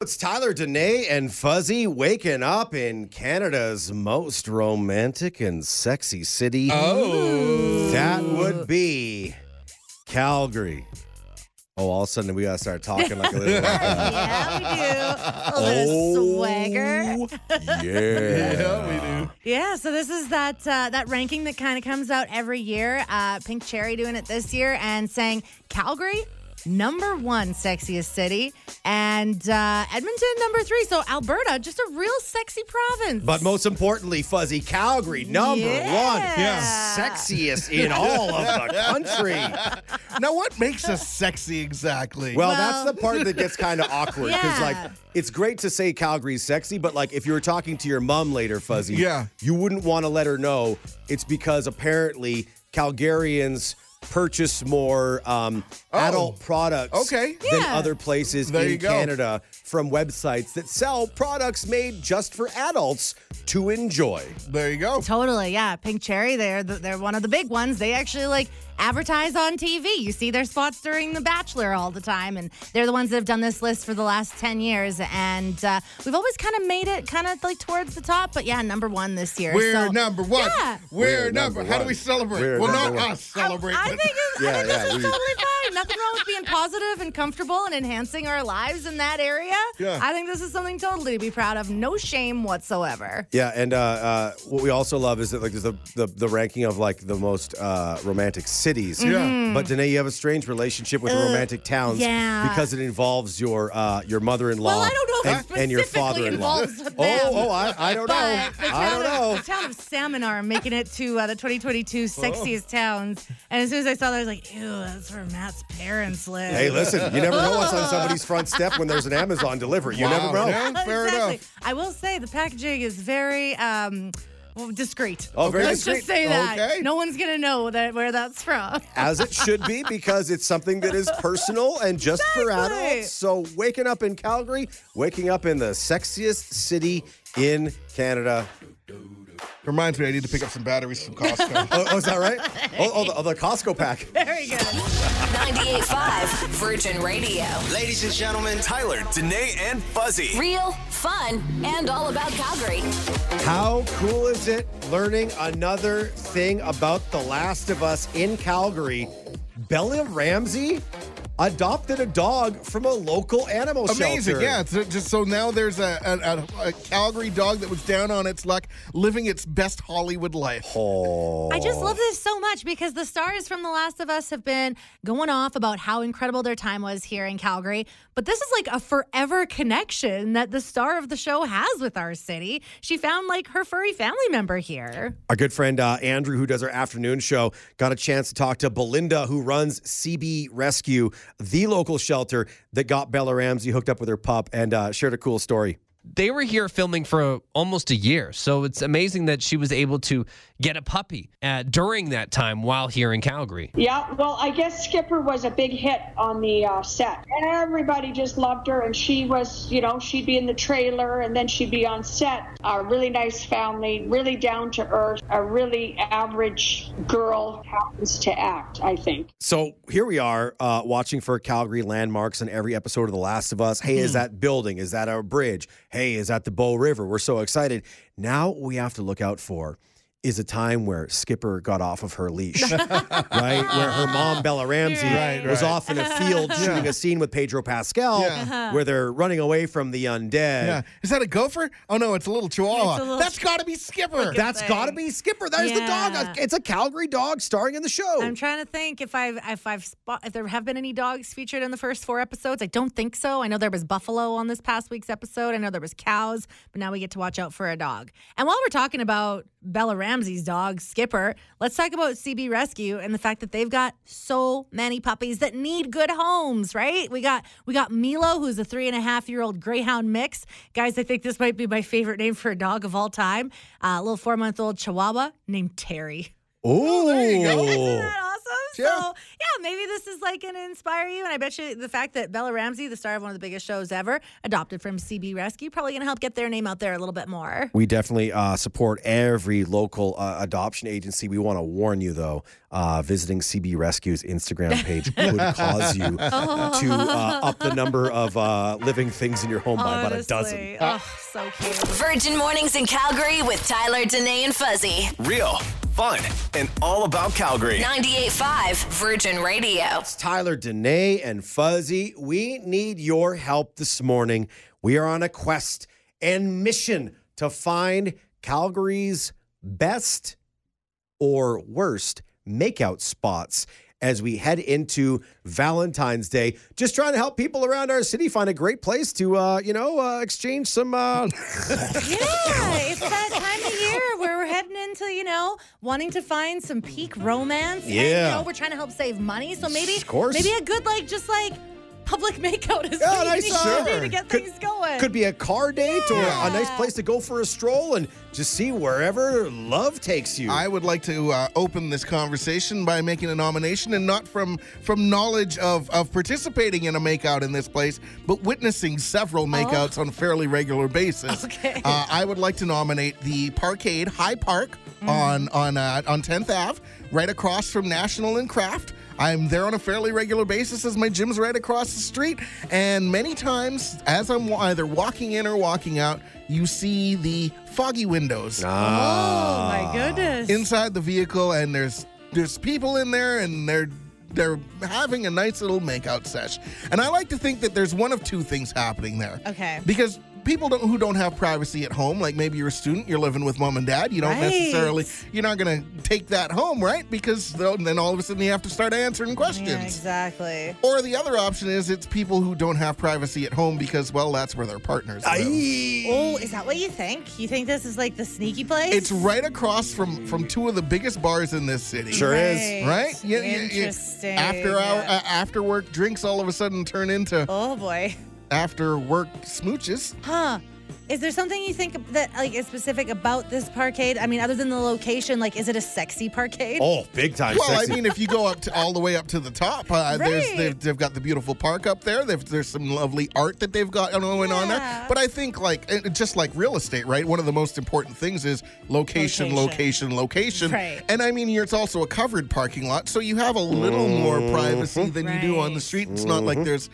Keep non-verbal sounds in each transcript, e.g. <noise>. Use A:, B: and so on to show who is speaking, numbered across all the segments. A: it's Tyler Dene and Fuzzy waking up in Canada's most romantic and sexy city.
B: Oh.
A: That would be Calgary. Oh, all of a sudden we gotta start talking like a
B: <laughs>
A: little.
C: yeah, we do. A little swagger.
A: yeah.
B: Yeah, we do.
C: Yeah, so this is that uh, that ranking that kind of comes out every year. Uh, Pink Cherry doing it this year and saying Calgary number one sexiest city and uh, Edmonton number three. So Alberta just a real sexy province.
A: But most importantly, Fuzzy Calgary, number one.
B: Yeah.
A: Sexiest in all of the country.
B: Now, what makes us sexy exactly?
A: Well,
C: Well-
A: that's the part that gets kind
C: <laughs>
A: of awkward because,
C: Yeah.
A: like, it's great to say Calgary's sexy, but like, if you were talking to your mom later, Fuzzy,
B: Yeah.
A: you wouldn't want to let her know. It's because apparently Calgarians purchase more um, adult products,
B: Oh. Okay.
A: than
C: Yeah.
A: other places
B: There
A: in
B: you go.
A: Canada from websites that sell products made just for adults to enjoy.
B: there you go.
C: Totally, yeah. Pink Cherry, they're the, they're one of the big ones. They actually like advertise on TV. You see their spots during The Bachelor all the time, and they're the ones that have done this list for the last ten years. And uh, we've always kind of made it kind of like towards the top, but yeah, number one this year.
B: We're
C: So-
B: number one.
C: Yeah.
B: We're,
A: We're
B: number.
A: number
B: How do
A: one.
B: we celebrate?
A: We're
B: well, not
A: number one.
B: us celebrate.
C: I, I
B: but-
C: think, it's, I
A: Yeah,
C: think this
A: yeah,
C: is
A: we-
C: totally fine. Nothing wrong with being positive and comfortable and enhancing our lives in that area.
B: Yeah.
C: I think this is something totally to be proud of. No shame whatsoever.
A: Yeah, and uh, uh, what we also love is that like there's the, the the ranking of like the most uh, romantic cities.
B: Yeah. Mhm.
A: But Danae, you have a strange relationship with romantic towns
C: Mm-hmm. Uh, yeah.
A: because it involves your uh, your mother-in-law.
C: Well, I don't know if
A: and,
C: it
A: and your
C: specifically
A: father-in-law.
C: involves them.
A: Oh, oh, I, I don't know.
C: But the
A: I
C: town,
A: don't
C: of,
A: know. Oh.
C: the town of Salmon are making it to uh, the 2022 sexiest towns. And as soon as I saw that, I was like, ew, that's for Matt's parents' list. <laughs>
A: Hey, listen, you never know what's on somebody's front step when there's an Amazon delivery. You never
B: Wow.
A: know.
B: Yeah. fair
C: exactly.
B: enough.
C: I will say the packaging is very um, well, discreet.
A: Oh, very
C: Let's
A: discreet.
C: just say that.
B: Okay.
C: No one's going to know that where that's from. <laughs>
A: as it should be because it's something that is personal and just for
C: Exactly.
A: adults. So waking up in Calgary, waking up in the sexiest city in Canada.
B: Reminds me, I need to pick up some batteries from
A: <laughs>
B: Costco.
A: Oh, oh, is that right? Oh, oh, the, oh, the Costco pack.
C: <laughs> Very good.
D: 98.5 Virgin Radio.
E: Ladies and gentlemen,
F: Tyler, Danae, and Fuzzy.
D: Real, fun, and all about Calgary.
A: How cool is it learning another thing about The Last of Us in Calgary? Bella Ramsey adopted a dog from a local animal shelter.
B: Amazing, yeah. It's just so now there's a, a, a, a Calgary dog that was down on its luck, living its best Hollywood life.
C: I just love this so much because the stars from The Last of Us have been going off about how incredible their time was here in Calgary. But this is like a forever connection that the star of the show has with our city. She found like her furry family member here.
A: Our good friend uh, Andrew, who does our afternoon show, got a chance to talk to Belinda, who runs CB Rescue, the local shelter that got Bella Ramsey hooked up with her pup, and uh, shared a cool story.
G: they were here filming for almost a year. So it's amazing that she was able to get a puppy uh, during that time while here in Calgary.
H: Yeah, well, I guess Skipper was a big hit on the uh, set. And everybody just loved her. And she was, you know, she'd be in the trailer and then she'd be on set. A really nice family, really down to earth, a really average girl happens to act, I think.
A: So here we are uh, watching for Calgary landmarks in every episode of The Last of Us. Hey, is
B: Hmm.
A: that building? Is that a bridge? Hey, is that the Bow River? We're so excited. Now we have to look out for is a time where Skipper got off of her leash,
B: <laughs>
A: right? Where her mom, Bella Ramsey,
B: Right,
A: was
B: right.
A: off in a
B: <laughs>
A: field shooting a scene with Pedro Pascal
B: Yeah. Uh-huh.
A: where they're running away from the undead.
B: Yeah. Is that a gopher? Oh, no, it's a little chihuahwa.
C: It's a little-
B: That's got to be Skipper.
A: That's
C: thing.
A: got to be Skipper. There's the
C: Yeah.
A: dog. It's a Calgary dog starring in the show.
C: I'm trying to think if I've if I've spot, if there have been any dogs featured in the first four episodes. I don't think so. I know there was buffalo on this past week's episode. I know there was cows, but now we get to watch out for a dog. And while we're talking about Bella Ramsey's dog Skipper, let's talk about CB Rescue and the fact that they've got so many puppies that need good homes. Right? We got we got Milo, who's a three and a half year old Greyhound mix. Guys, I think this might be my favorite name for a dog of all time. Uh, a little four month old Chihuahua named Terry.
A: oh,
C: <laughs> Isn't that awesome? So yeah, maybe this is like going to inspire you. And I bet you the fact that Bella Ramsey, the star of one of the biggest shows ever, adopted from CB Rescue, probably going to help get their name out there a little bit more.
A: We definitely uh, support every local uh, adoption agency. We want to warn you, though, uh, visiting CB Rescue's Instagram page could cause you to uh, up the number of uh, living things in your home by about a dozen.
C: Honestly. Oh, so
A: <laughs>
C: cute.
D: Virgin Mornings in Calgary with Tyler, Danae, and Fuzzy.
F: Real, fun, and all about Calgary.
D: 98.5 Virgin Radio.
A: It's Tyler, Danae, and Fuzzy. We need your help this morning. We are on a quest and mission to find Calgary's best or worst makeout spots as we head into Valentine's Day. Just trying to help people around our city find a great place to, uh, you know, uh, exchange some.
C: <laughs>
A: Uh,
C: Yeah, it's that time of year where we're heading into, you know, wanting to find some peak romance. And,
A: Yeah.
C: you know, we're trying to help save money. So maybe
A: Of course.
C: maybe a good like just like public <laughs> makeout is
A: Yeah,
C: what you
A: nice,
C: need
A: sure.
C: to do to get
A: Could-
C: things going.
A: could be a car date or a nice place to go for a stroll and just see wherever love takes you.
B: I would like to uh, open this conversation by making a nomination, and not from from knowledge of of participating in a makeout in this place, but witnessing several makeouts on a fairly regular basis.
C: Okay.
B: Uh, I would like to nominate the Parkade High Park on on uh, on 10th Ave, right across from National and Craft. I'm there on a fairly regular basis as my gym's right across the street, and many times as I'm wa- either walking in or walking out, you see the foggy windows
C: oh
A: Ah.
C: my goodness.
B: inside the vehicle and there's there's people in there and they're they're having a nice little makeout sesh. And I like to think that there's one of two things happening there.
C: Okay.
B: Because people don't, who don't have privacy at home, like maybe you're a student, you're living with mom and dad, you don't
C: Right.
B: necessarily, you're not going to take that home, right? Because they'll- then all of a sudden you have to start answering questions.
C: yeah, exactly.
B: Or the other option is it's people who don't have privacy at home because, well, that's where their partners live.
C: Oh, is that what you think? You think this is like the sneaky place?
B: It's right across from from two of the biggest bars in this city.
A: Sure is.
B: right? Yeah, yeah, yeah.
C: Interesting.
B: After hour, uh, after work drinks all of a sudden turn into
C: Oh boy.
B: after work smooches.
C: Huh. Is there something you think that like is specific about this parkade? I mean, other than the location, like is it a sexy parkade?
A: Oh, big time
B: Well,
A: sexy.
B: I mean, if you go up to all the way up to the top, uh, there's
C: Right.
B: they've, they've got the beautiful park up there. They've, there's some lovely art that they've got going on there.
C: Yeah.
B: But I think like it- just like real estate, right? One of the most important things is location, location,
C: Location.
B: location.
C: Right.
B: And I mean, you're- it's also a covered parking lot, so you have a little more privacy than you do on the
C: Right.
B: street. It's not like there's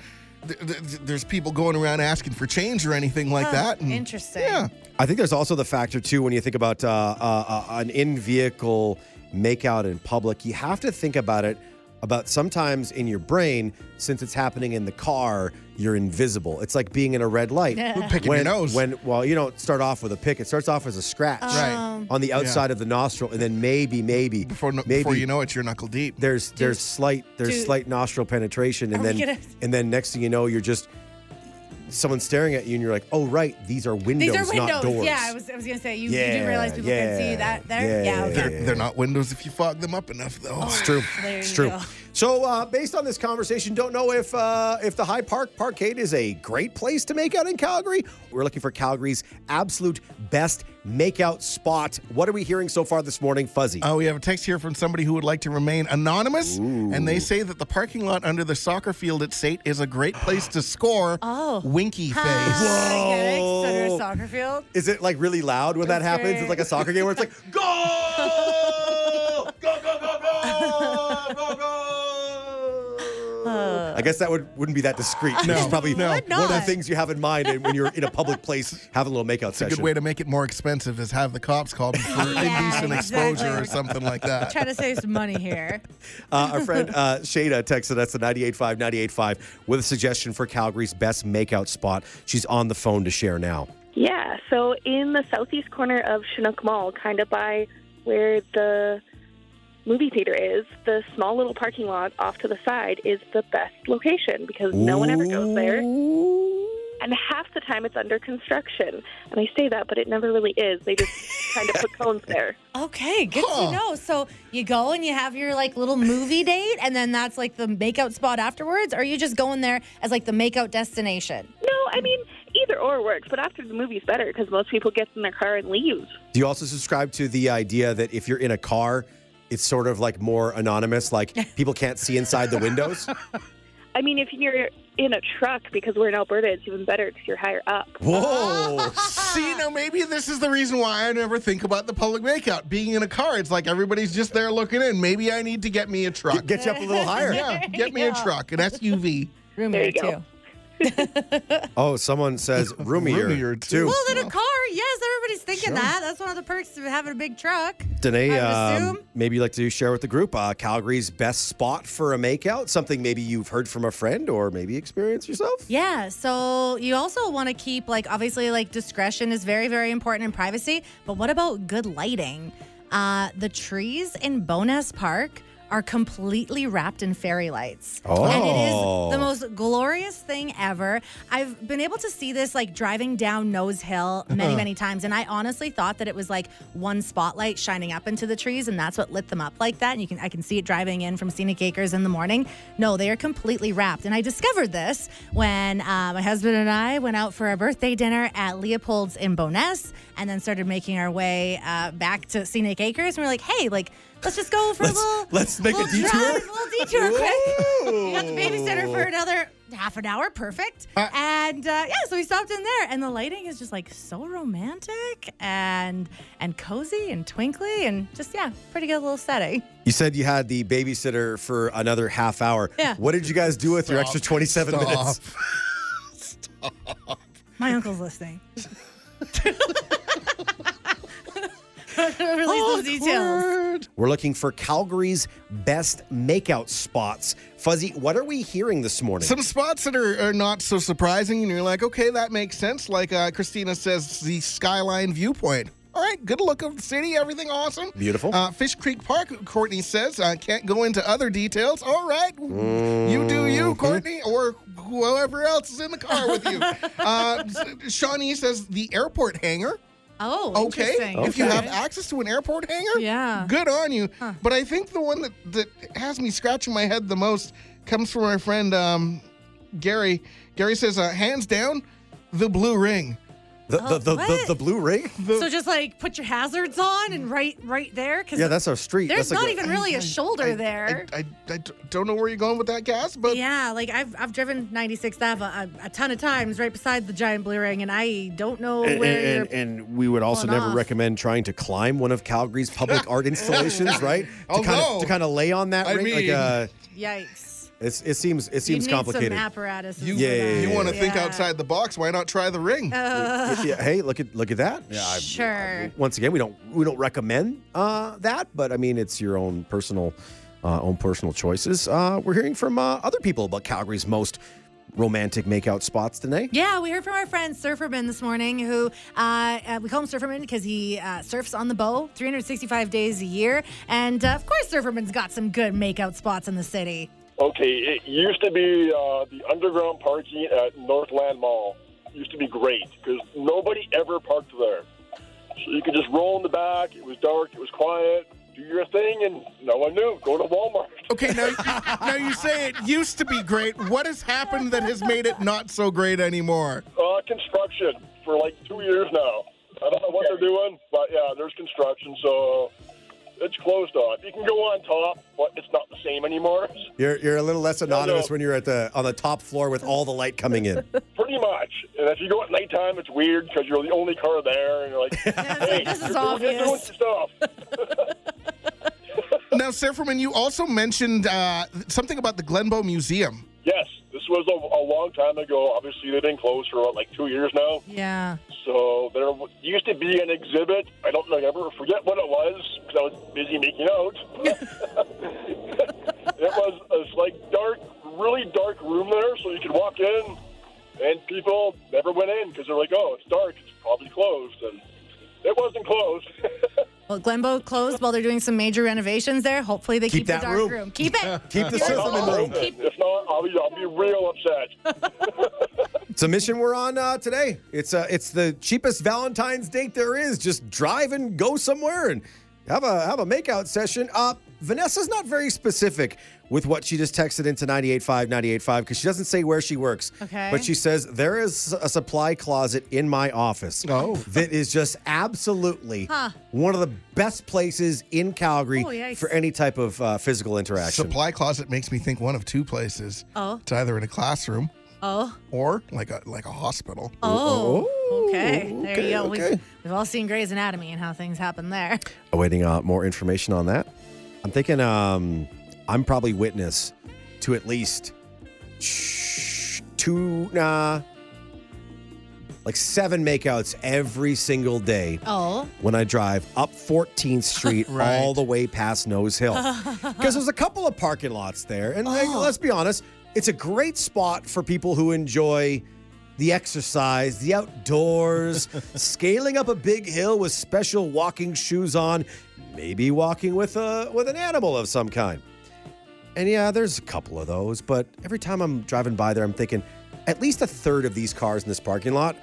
B: th- th- there's people going around asking for change or anything like that. And-
C: Interesting.
B: Yeah.
A: I think there's also the factor too when you think about uh, uh, uh, an in-vehicle makeout in public. You have to think about it about sometimes in your brain since it's happening in the car, you're invisible. It's like being in a red
C: <laughs>
A: light.
B: Picking
A: when,
B: your nose. Um,
A: When well, you don't start off with a pick. It starts off as a scratch
B: Right.
A: on the outside of the nostril, and then maybe, maybe,
B: before, no,
A: maybe
B: before you know it, you're knuckle deep.
A: there's there's slight there's
C: do- Oh
A: slight nostril penetration and
C: Are
A: then
C: we gonna-
A: and then next thing you know you're just someone's staring at you and you're like oh right these are windows,
C: These are windows.
A: not doors
C: Yeah, I was, I was gonna say you, you
A: Yeah,
C: do realize people
A: yeah,
C: can see that there.
A: yeah,
C: Yeah.
B: They're,
C: okay.
B: they're not windows if you fog them up enough,
C: Oh,
B: though.
A: it's true
C: <laughs> There
A: it's
C: you
A: true
C: go.
A: so uh, based on this conversation don't know if uh, if the high park parkade is a great place to make out in calgary we're looking for calgary's absolute best makeout spot what are we hearing so far this morning fuzzy
B: Uh, we have a text here from somebody who would like to remain anonymous, and they say that the parking lot under the soccer field at Sate is a great place to score.
C: Oh.
B: winky face.
C: Ah, I get it. It's under
A: Whoa.
C: a soccer field.
A: is it like really loud when that
C: It's
A: happens?
C: very-
A: It's like a soccer game where it's
C: <laughs>
A: like, go, go, go, go, go, go, go. I guess that would wouldn't be that discreet. No, it's probably
B: no.
A: one of the things you have in mind and when you're in a public place having a little makeout
B: A
A: session.
B: good way to make it more expensive is have the cops call me for
C: <laughs> Yeah,
B: indecent exposure or
C: exactly.
B: something like that.
C: <laughs> Trying to save some money here.
A: Uh, our friend uh, Shada texted us at 985 985 with a suggestion for Calgary's best makeout spot. She's on the phone to share now.
E: Yeah, so in the southeast corner of Chinook Mall, kind of by where the movie theater is, the small little parking lot off to the side is the best location because no one ever goes there. And half the time it's under construction. And I say that, but it never really is. They just kind of put cones there.
C: Okay, good to know. So you go and you have your like little movie date, and then that's like the makeout spot afterwards. Or are you just going there as like the makeout destination?
E: No, I mean, either or works, but after the movie's better because most people get in their car and leave.
A: Do you also subscribe to the idea that if you're in a car, it's sort of like more anonymous, like people can't see inside the windows?
E: I mean, if you're in a truck, because we're in Alberta, it's even better because you're higher up.
A: Whoa.
B: See, now maybe this is the reason why I never think about the public makeout. Being in a car, it's like everybody's just there looking in. Maybe I need to get me a truck.
A: Get you up a little higher.
B: yeah, get
C: <laughs>
B: me a truck, an SUV.
C: Room
E: There
C: air,
E: you go.
C: too.
A: Oh, someone says roomier,
B: Roomier,
A: too.
B: too.
C: Well, in a car, yes, everybody's thinking that. That's one of the perks of having a big truck.
A: Danae,
C: I would
A: um,
C: assume.
A: maybe you'd like to share with the group uh, Calgary's best spot for a makeout, something maybe you've heard from a friend or maybe experience yourself.
C: Yeah, so you also want to keep like obviously like discretion is very very important in privacy, but what about good lighting? Uh, the trees in Bonas Park are completely wrapped in fairy lights.
A: Oh.
C: And it is the most glorious thing ever. I've been able to see this like driving down Nose Hill
A: Uh-huh.
C: many, many times. And I honestly thought that it was like one spotlight shining up into the trees, and that's what lit them up like that. And you can I can see it driving in from Scenic Acres in the morning. No, they are completely wrapped. And I discovered this when uh, my husband and I went out for a birthday dinner at Leopold's in Boness, and then started making our way uh, back to Scenic Acres. And we are like, hey, like let's just go for
A: Let's-
C: a little
A: let's make a
C: little
A: detour.
C: drive, a little detour quick. We <laughs> got the babysitter for another half an hour, perfect. and uh, yeah, so we stopped in there, and the lighting is just like so romantic and and cozy and twinkly, and just yeah, pretty good little setting.
A: You said you had the babysitter for another half hour.
C: Yeah.
A: What did you guys do with your extra 27
B: Stop.
A: minutes?
C: My uncle's <laughs> listening. Release those details.
A: We're looking for Calgary's best makeout spots. Fuzzy, what are we hearing this morning?
B: Some spots that are, are not so surprising, and you're like, okay, that makes sense. Like uh, Christina says, the skyline viewpoint. All right, good look of the city, everything awesome.
A: Beautiful.
B: Uh, Fish Creek Park, Courtney says, uh, can't go into other details. All right, you do you, Courtney, or whoever else is in the car with you. uh, S- Shawnee says, the airport hangar.
C: Oh,
B: Okay.
C: interesting.
B: If you have access to an airport hangar,
C: Yeah.
B: good on you. But I think the one that, that has me scratching my head the most comes from our friend um, Gary. Gary says, uh, hands down, the blue ring.
A: The, the, the, the,
C: what?
A: the blue ring?
C: so just like put your hazards on and right right there because
A: Yeah, that's our street. that's
C: there's
A: like
C: not
A: a-
C: even really a shoulder there.
B: I, I, I d- don't know where you're going with that, Cass, but
C: Yeah, like I've I've driven 96th Ave a, a ton of times right beside the giant blue ring, and I don't know
A: And,
C: where
A: and,
C: you're.
A: and we would also
C: pulling
A: never
C: off.
A: recommend trying to climb one of Calgary's public
C: <laughs>
A: art installations, right? To kind of
B: Although,
A: to kind of lay on that
B: Oh, I
A: ring, like
B: mean-
A: uh,
C: Yikes!
A: it's, it seems it
C: You
A: seems
C: need
A: complicated.
C: some apparatus.
B: you,
A: Yeah, yeah,
B: you
A: yeah,
B: want to
A: yeah.
B: think
C: Yeah. Oh.
B: outside the box. Why not try the ring?
A: Yeah, hey, look at look at that. Yeah, I-
C: Sure.
A: once again, we don't we don't recommend uh, that, but I mean, it's your own personal uh, own personal choices. Uh, we're hearing from uh, other people about Calgary's most romantic makeout spots today.
C: Yeah, we heard from our friend Surferman this morning, who uh, uh, we call him Surferman because he uh, surfs on the bow 365 days a year, and uh, of course Surferman's got some good makeout spots in the city.
I: Okay, it used to be uh, the underground parking at Northland Mall. Used to be great because nobody ever parked there. So you could just roll in the back. It was dark. It was quiet. Do your thing, and no one knew. Go to Walmart.
B: Okay, now, <laughs> now you say it used to be great. What has happened that has made it not so great anymore?
I: Uh, construction for like two years now. I don't know what they're doing, but yeah, there's construction, so it's closed off. You can go on top, but it's not the same anymore. <laughs>
A: You're you're a little less anonymous when you're at the on the top floor with all the light coming in.
I: Pretty much. And if you go at nighttime, it's weird because you're the only car there, and you're
C: <laughs>
I: like, hey,
C: this is
I: <laughs> you're doing- You're doing
C: obvious.
I: some
C: <laughs>
I: stuff.
B: Now, Surferman, you also mentioned uh, something about the Glenbow Museum.
I: Yes, this was a, a long time ago. Obviously, they've been closed for what, like two years now.
C: Yeah.
I: So there w- used to be an exhibit. I don't know, I ever forget what it was because I was busy making out. <laughs> it was this like dark, really dark room there, so you could walk in, and people never went in because they're like, "Oh, it's dark. It's probably closed," and it wasn't closed. <laughs>
C: Well, Glenbow closed while they're doing some major renovations there. Hopefully they keep,
A: that
C: the dark
A: room.
C: room. Keep it.
A: Keep the
I: If
A: Surferman
I: not,
A: room.
C: Keep-
I: If not, I'll be, I'll be real upset.
A: It's a mission we're on uh, today. It's uh, it's the cheapest Valentine's date there is. Just drive and go somewhere and have a have a makeout session. Uh, Vanessa's not very specific with what she just texted into 985 985 because she doesn't say where she works.
C: Okay.
A: But she says, There is a supply closet in my office
B: Oh.
A: that is just absolutely one of the best places in Calgary
C: Oh, yikes.
A: for any type of uh, physical interaction.
B: Supply closet makes me think one of two places.
C: Oh.
B: It's either in a classroom
C: Oh,
B: or like a like a hospital.
C: oh,
A: Oh,
C: okay. There
A: okay,
C: you go.
A: okay.
C: We've, we've all seen Grey's Anatomy and how things happen there.
A: awaiting uh, more information on that. I'm thinking um, I'm probably witness to at least sh- two, nah, like seven makeouts every single day
C: Oh,
A: when I drive up 14th Street
B: Right.
A: all the way past Nose Hill. Because there's a couple of parking lots there. And like, let's be honest, it's a great spot for people who enjoy the exercise, the outdoors, scaling up a big hill with special walking shoes on, maybe walking with a with an animal of some kind. And yeah, there's a couple of those, but every time I'm driving by there, I'm thinking at least a third of these cars in this parking lot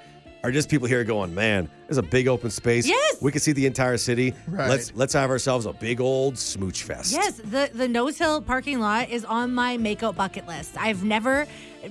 A: are just people here going, man, there's a big open space.
C: Yes!
A: We can see the entire city.
B: Right.
A: Let's let's have ourselves a big old smooch fest.
C: yes. The, the Nose Hill parking lot is on my makeout bucket list. I've never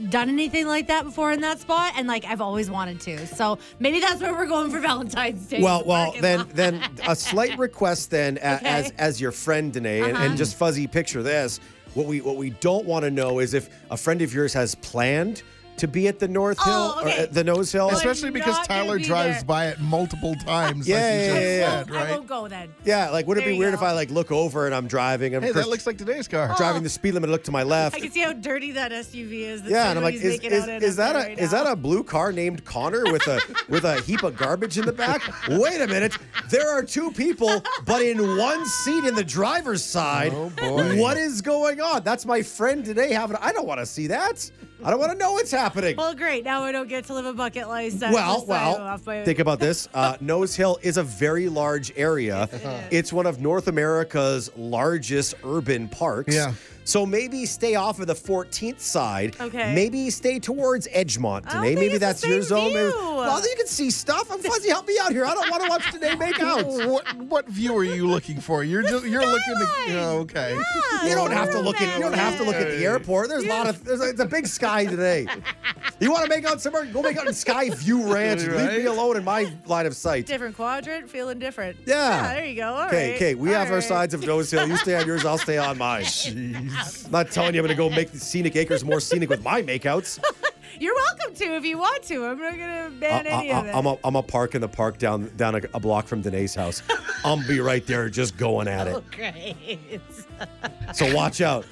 C: done anything like that before in that spot, and like I've always wanted to. So maybe that's where we're going for Valentine's Day.
A: Well,
C: the
A: well,
C: parking
A: then,
C: lot.
A: then a slight request then a as
C: <laughs> Okay. Uh-huh.
A: as your friend, Danae, and, and just fuzzy picture this. What we what we don't want to know is if a friend of yours has planned to be at the North
C: Oh,
A: Hill or
C: okay.
A: at the Nose Hill.
C: Oh, I'm
B: Especially because
C: not gonna
B: Tyler
C: be
B: drives
C: there.
B: by it multiple times.
A: Yeah,
B: like you
A: yeah,
B: just
A: yeah, yeah.
B: said,
C: I
B: right?
C: won't go then.
A: Yeah, like would it
C: There
A: be
C: you
A: weird
C: go. Oh.
A: if I like look over and I'm driving? And
B: Hey,
A: Chris-
B: that looks like today's car.
A: driving the speed limit. I look to my left.
C: I can see how dirty that SUV is. That
A: yeah, and I'm like,
C: Simon's
A: is,
C: making
A: is,
C: out in
A: is
C: up
A: that a
C: there right
A: is
C: now.
A: that a blue car named Connor with
C: <laughs>
A: a with a heap of garbage in the back? Wait a minute, there are two people, but in one seat in the driver's side.
B: Oh, boy.
A: What is going on? That's my friend today having. I don't want to see that. I don't want to know what's happening.
C: Well, great. Now I don't get to live a bucket lifestyle.
A: Well,
C: Just sign
A: well,
C: off by-
A: think about this.
C: <laughs>
A: Uh, Nose Hill is a very large area. It's one of North America's largest urban parks.
B: Yeah.
A: So maybe stay off of the 14th side.
C: Okay.
A: Maybe stay towards Edgemont
C: I
A: today.
C: don't think
A: Maybe
C: it's the
A: that's your
C: same
A: zone. Maybe-
C: view.
A: Well, you can see stuff. I'm fuzzy. Help me out here. I don't want to watch
C: <laughs>
A: today make
C: Oh,
A: out.
B: <laughs> What what view are you looking for? You're just you're looking to.
C: skyline.
B: Oh, okay.
A: You don't have to look at you don't have to look at the
B: Hey.
A: airport. There's a lot of there's a, it's a big sky
B: <laughs>
A: today. You want to make out somewhere? Go make out in Sky View Ranch. and Leave
B: Right.
A: me alone in my line of sight.
C: Different quadrant, feeling different.
A: Yeah.
C: there you go. All right.
A: Okay, okay. We
C: All
A: have our
C: right.
A: sides of Nose Hill. You stay on yours, I'll stay on
C: <laughs>
A: mine.
B: Jeez.
A: I'm not telling you I'm going to go make the scenic acres more scenic with my
C: <laughs>
A: makeouts.
C: You're welcome to if you want to. I'm not gonna ban
A: I,
C: any of it.
A: am a, I'm a park in the park down down a, a block from Danae's house. I'm be right there just going at it.
C: Great. <laughs>
A: So watch out.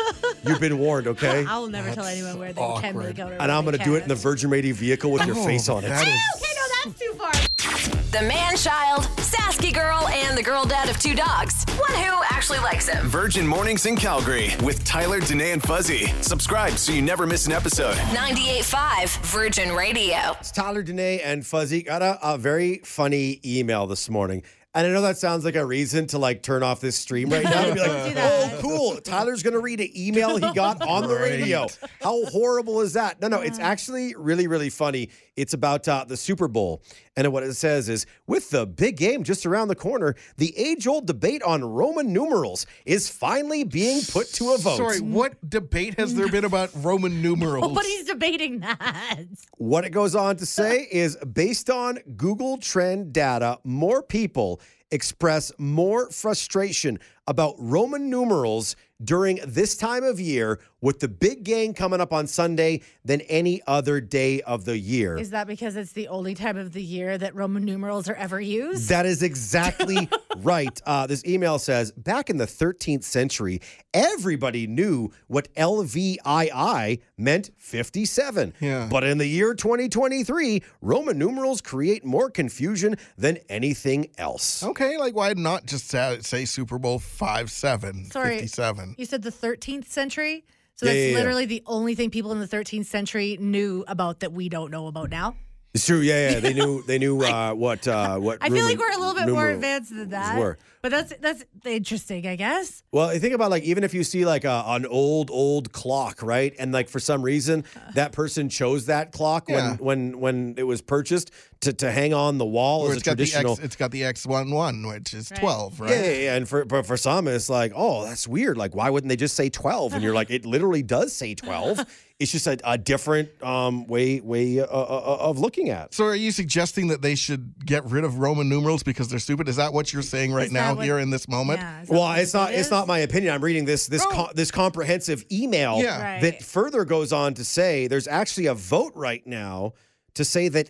A: You've been warned, okay?
C: I'll never tell anyone where they can
B: awkward.
C: make out. or
A: And
C: where
A: I'm
C: they
A: going to do it in the
C: can't.
A: Virgin Lady vehicle with your face on it.
B: Oh, That is
C: Okay, no, that's too far.
A: <laughs>
D: The man child, Sasky girl, and the girl dad of two dogs. One who actually likes him.
F: Virgin Mornings in Calgary with Tyler, Danae, and Fuzzy. Subscribe so you never miss an episode.
D: 98.5 Virgin Radio.
A: It's Tyler, Danae, and Fuzzy got a, a very funny email this morning. And I know that sounds like a reason to like turn off this stream right now. and be like,
C: Don't <laughs> do
A: oh,
C: that.
A: cool. Tyler's gonna read an email he
C: <laughs>
A: got on the radio. How horrible is that? No, no, it's actually really, really funny. It's about uh, the Super Bowl, and what it says is, with the big game just around the corner, the age-old debate on Roman numerals is finally being put to a vote.
B: Sorry, what debate has there been about Roman numerals?
C: But he's debating that.
A: What it goes on to say is based on Google Trend data, more people express more frustration about Roman numerals during this time of year with the big game coming up on Sunday than any other day of the year.
C: Is that because it's the only time of the year that Roman numerals are ever used?
A: That is
C: <laughs>
A: exactly right. Uh, this email says back in the 13th century, everybody knew what LVII meant 57.
B: Yeah.
A: But in the year 2023, Roman numerals create more confusion than anything else.
C: Oh.
B: okay, like why not just say, say Super Bowl five seven
C: Sorry.
B: fifty seven?
C: You said the 13th century? So
A: Yeah,
C: that's
A: yeah, yeah.
C: literally the only thing people in the 13th century knew about that we don't know about now. <laughs>
A: It's true. Yeah, yeah. They knew. They knew uh, what uh, what.
C: I feel
A: Roman
C: like we're a little bit more
A: numerals
C: advanced than that.
A: were.
C: But that's that's interesting, I guess.
A: Well, you think about like even if you see like a, an old old clock, right? And like for some reason that person chose that clock
B: Uh. Yeah.
A: when when when it was purchased to, to hang on the wall
B: Or
A: as a
B: it's got the
A: traditional.
B: X. It's got the X one one, which is
C: Right.
B: twelve, right?
A: Yeah, yeah, yeah. And for but for some, it's like, oh, that's weird. Like, why wouldn't they just say twelve? And you're
B: Uh-huh.
A: like, it literally does say
B: <laughs>
A: twelve. it's just a, a different um, way way uh, uh, uh, of looking at.
B: So, are you suggesting that they should get rid of Roman numerals because they're stupid? Is that what you're saying right
C: Is that
B: now
C: what-
B: here in this moment?
C: Yeah, is that
A: Well,
C: what
A: it's not
C: it
A: it's
C: is?
A: not my opinion. I'm reading this this
B: No.
A: co- this comprehensive email
B: Yeah.
C: Right.
A: that further goes on to say there's actually a vote right now to say that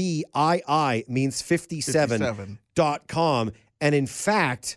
A: LVII means 57.com
B: 57.
A: and in fact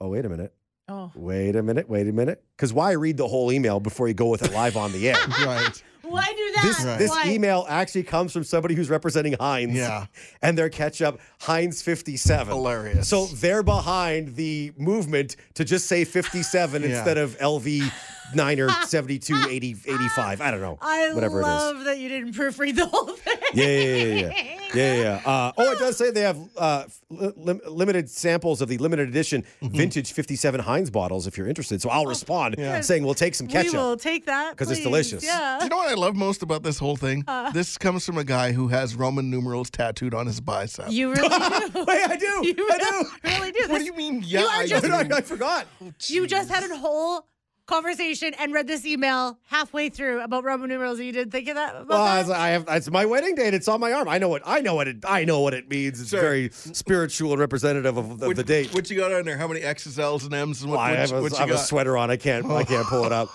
A: oh wait a minute.
C: Oh.
A: Wait a minute, wait a minute. Cuz why read the whole email before you go with it live on the air?
B: Right.
C: Why do that?
A: This, this
C: Why?
A: email actually comes from somebody who's representing Heinz.
B: Yeah.
A: <laughs> And their catch up, Heinz 57.
B: Hilarious.
A: So they're behind the movement to just say 57
C: <laughs>
B: Yeah.
A: instead of LV 9 or 72, 80, 85. I don't know.
C: <laughs> I
A: whatever
C: love
A: it
C: that you didn't proofread the whole thing.
A: is. Yeah, yeah, yeah,
C: <laughs>
A: yeah. Yeah, yeah, yeah. Uh, oh, it does say they have uh, f- li- lim- limited samples of the limited edition
C: Mm-hmm.
A: vintage 57 Heinz bottles if you're interested. So I'll respond saying we'll take some
C: Oh, we will
A: ketchup.
C: take that
A: 'Cause it's
C: please.
A: delicious.
B: Do
C: Yeah.
A: <laughs>
B: you know what I love most about this whole thing?
C: Uh.
B: this comes from a guy who has Roman numerals tattooed on his bicep.
C: You really do.
A: <laughs> Wait, I do.
C: <laughs> You
A: I do.
C: really, really do.
B: what
C: This-
B: do you mean? Yeah,
C: you are
B: I
C: just-
A: <laughs>
B: do.
A: I forgot.
C: You just had a whole conversation and read this email halfway through about Roman numerals. and You didn't think of that? About
A: Well, Oh, I,
C: that?
A: was- I have. It's my wedding date. It's on my arm. I know what. I know what it. I know what it means. It's
B: Sure.
A: very spiritual and representative of, of
B: What-
A: the date.
B: What you got on there? How many XSLs and M's? And what,
A: Well, I
B: what,
A: have, a,
B: what you
A: I have a
B: got?
A: sweater on. I can't. I can't pull
B: <laughs>
A: it up.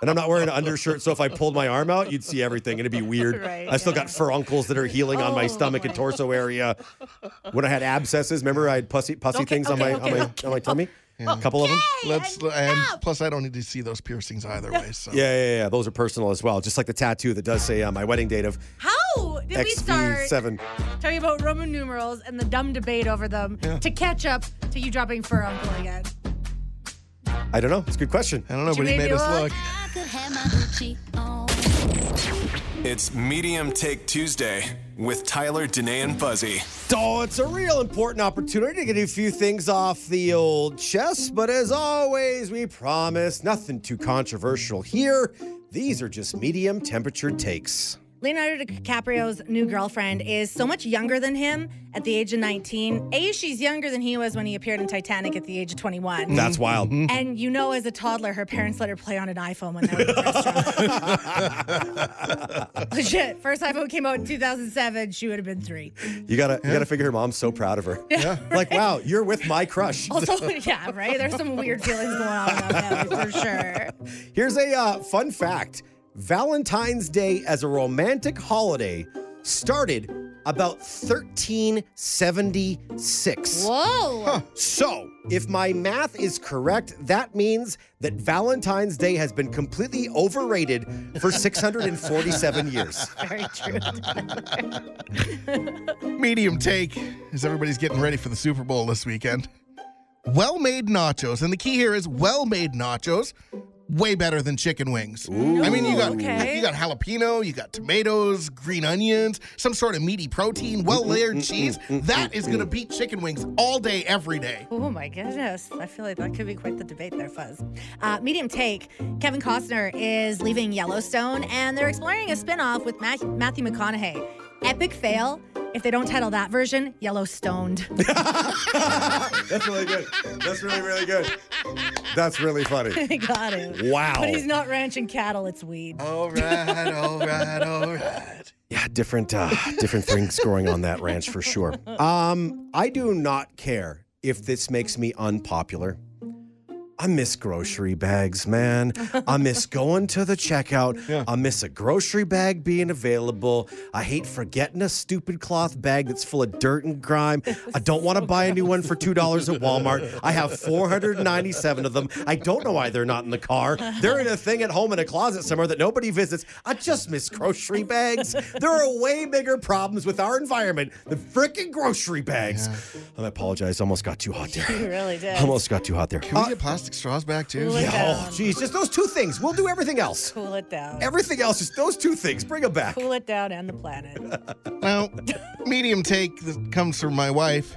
A: And I'm not wearing an undershirt, so if I pulled my arm out, you'd see everything. It'd be weird.
C: Right,
A: I still
C: yeah.
A: got furuncles that are healing on my
C: Oh,
A: stomach and
C: my.
A: torso area. When I had abscesses, remember I had pussy pussy
C: Okay,
A: things on
C: okay,
A: my on
C: okay,
A: my
C: okay.
A: on my tummy. A couple of them.
B: Let's. And plus, I don't need to see those piercings either way. So
A: Yeah, yeah, yeah. Those are personal as well. Just like the tattoo that does say uh, my wedding date of
C: How did we start
A: XV7.
C: talking about Roman numerals and the dumb debate over them to catch up to you dropping fur uncle again?
A: I don't know. It's a good question.
B: I don't know,
C: Did you
B: but he
C: make
B: made
C: me
B: us
C: look?
B: look.
F: It's Medium Take Tuesday with Tyler, Danae, and Fuzzy.
A: So it's a real important opportunity to get a few things off the old chest, but as always, we promise nothing too controversial here. These are just medium temperature takes.
C: Leonardo DiCaprio's new girlfriend is so much younger than him at the age of 19. A, she's younger than he was when he appeared in Titanic at the age of 21.
A: That's wild.
C: And you know, as a toddler, her parents let her play on an iPhone when they were in the restaurant. Legit. First iPhone came out in 2007. She would have been three.
A: You gotta, you gotta figure her mom's so proud of her. Yeah. <laughs> Like, wow, you're with my crush.
C: <laughs> Also, yeah, right? There's some weird feelings going on in that family for sure.
A: Here's a uh, fun fact Valentine's Day as a romantic holiday started about 1376.
C: Whoa.
A: So, if my math is correct, that means that Valentine's Day has been completely overrated for 647
C: <laughs>
A: years.
C: Very true.
B: Medium take as everybody's getting ready for the Super Bowl this weekend. Well made nachos. And the key here is well made nachos, way better than chicken wings. I mean, you got
C: okay.
B: you got jalapeno, you got tomatoes, green onions, some sort of meaty protein, well layered cheese. That is going to beat chicken wings all day, every day.
C: Oh my goodness. I feel like that could be quite the debate there, Fuzz. Uh, medium take Kevin Costner is leaving Yellowstone and they're exploring a spin off with Math- Matthew McConaughey. Epic fail if they don't title that version Yellowstoned.
A: <laughs> That's really good. That's really, really good. That's really
C: <laughs>
A: funny.
C: They got him.
A: Wow.
C: But he's not ranching cattle, it's weed. <laughs>
B: All right, all right, all right.
A: Yeah, different uh, different things going on that ranch for
C: <laughs>
A: sure. Um, I do not care if this makes me unpopular. I miss grocery bags, man. I miss going to the checkout.
B: <laughs>
A: I miss a grocery bag being available. I hate forgetting a stupid cloth bag that's full of dirt and grime. I don't want to buy a new one for $2 at Walmart. I have 497 of them. I don't know why they're not in the car. They're in a thing at home in a closet somewhere that nobody visits. I just miss grocery bags. There are way bigger problems with our environment than freaking grocery bags. I apologize. Almost got too hot there.
C: <laughs> You really did.
A: Almost got too hot there. Uh,
B: Can we get plastic straws back too?
C: Cool it
A: Oh,
C: down.
A: geez, just those two things. We'll do everything else.
C: Cool it down.
A: Everything else, just those two things. Bring them back.
C: cool it down and the planet.
A: <laughs>
B: Now, medium take that comes from my wife.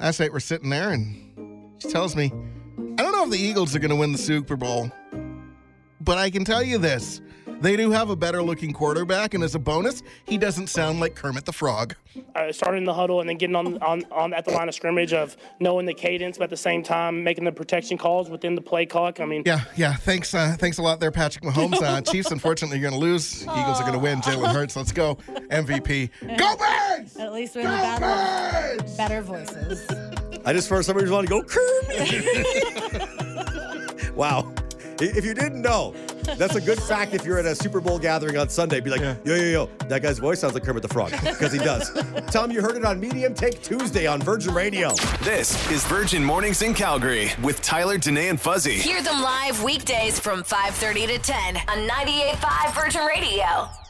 B: Last night we're sitting there and She tells me, I don't know if the Eagles are going to win the Super Bowl, but I can tell you this. They do have a better looking quarterback, and as a bonus, he doesn't sound like Kermit the Frog.
J: <laughs> uh, starting in the huddle and then getting on, on, on at the line of scrimmage of knowing the cadence, but at the same time making the protection calls within the play clock. I mean,
B: Yeah, yeah. Thanks, uh, thanks a lot there, Patrick Mahomes. Uh, Chiefs, unfortunately, you're going to lose. Eagles are going to win. Jalen Hurts, let's go. MVP. Go Birds!
C: At least we
B: Go
C: have a better,
B: Birds!
C: better voices.
A: I just heard somebody who's wanting to go Kermit. <laughs>
C: <laughs>
A: wow. I- If you didn't know, that's a good fact if you're at a Super Bowl gathering on Sunday. Be like, yo, yo, yo, that guy's voice sounds like Kermit the Frog, because he
C: <laughs>
A: does. Tell him you heard it on Medium Take Tuesday on Virgin Radio.
F: This is Virgin Mornings in Calgary with Tyler, Danae, and Fuzzy.
D: Hear them live weekdays from 5:30 to 10 on 98.5 Virgin Radio.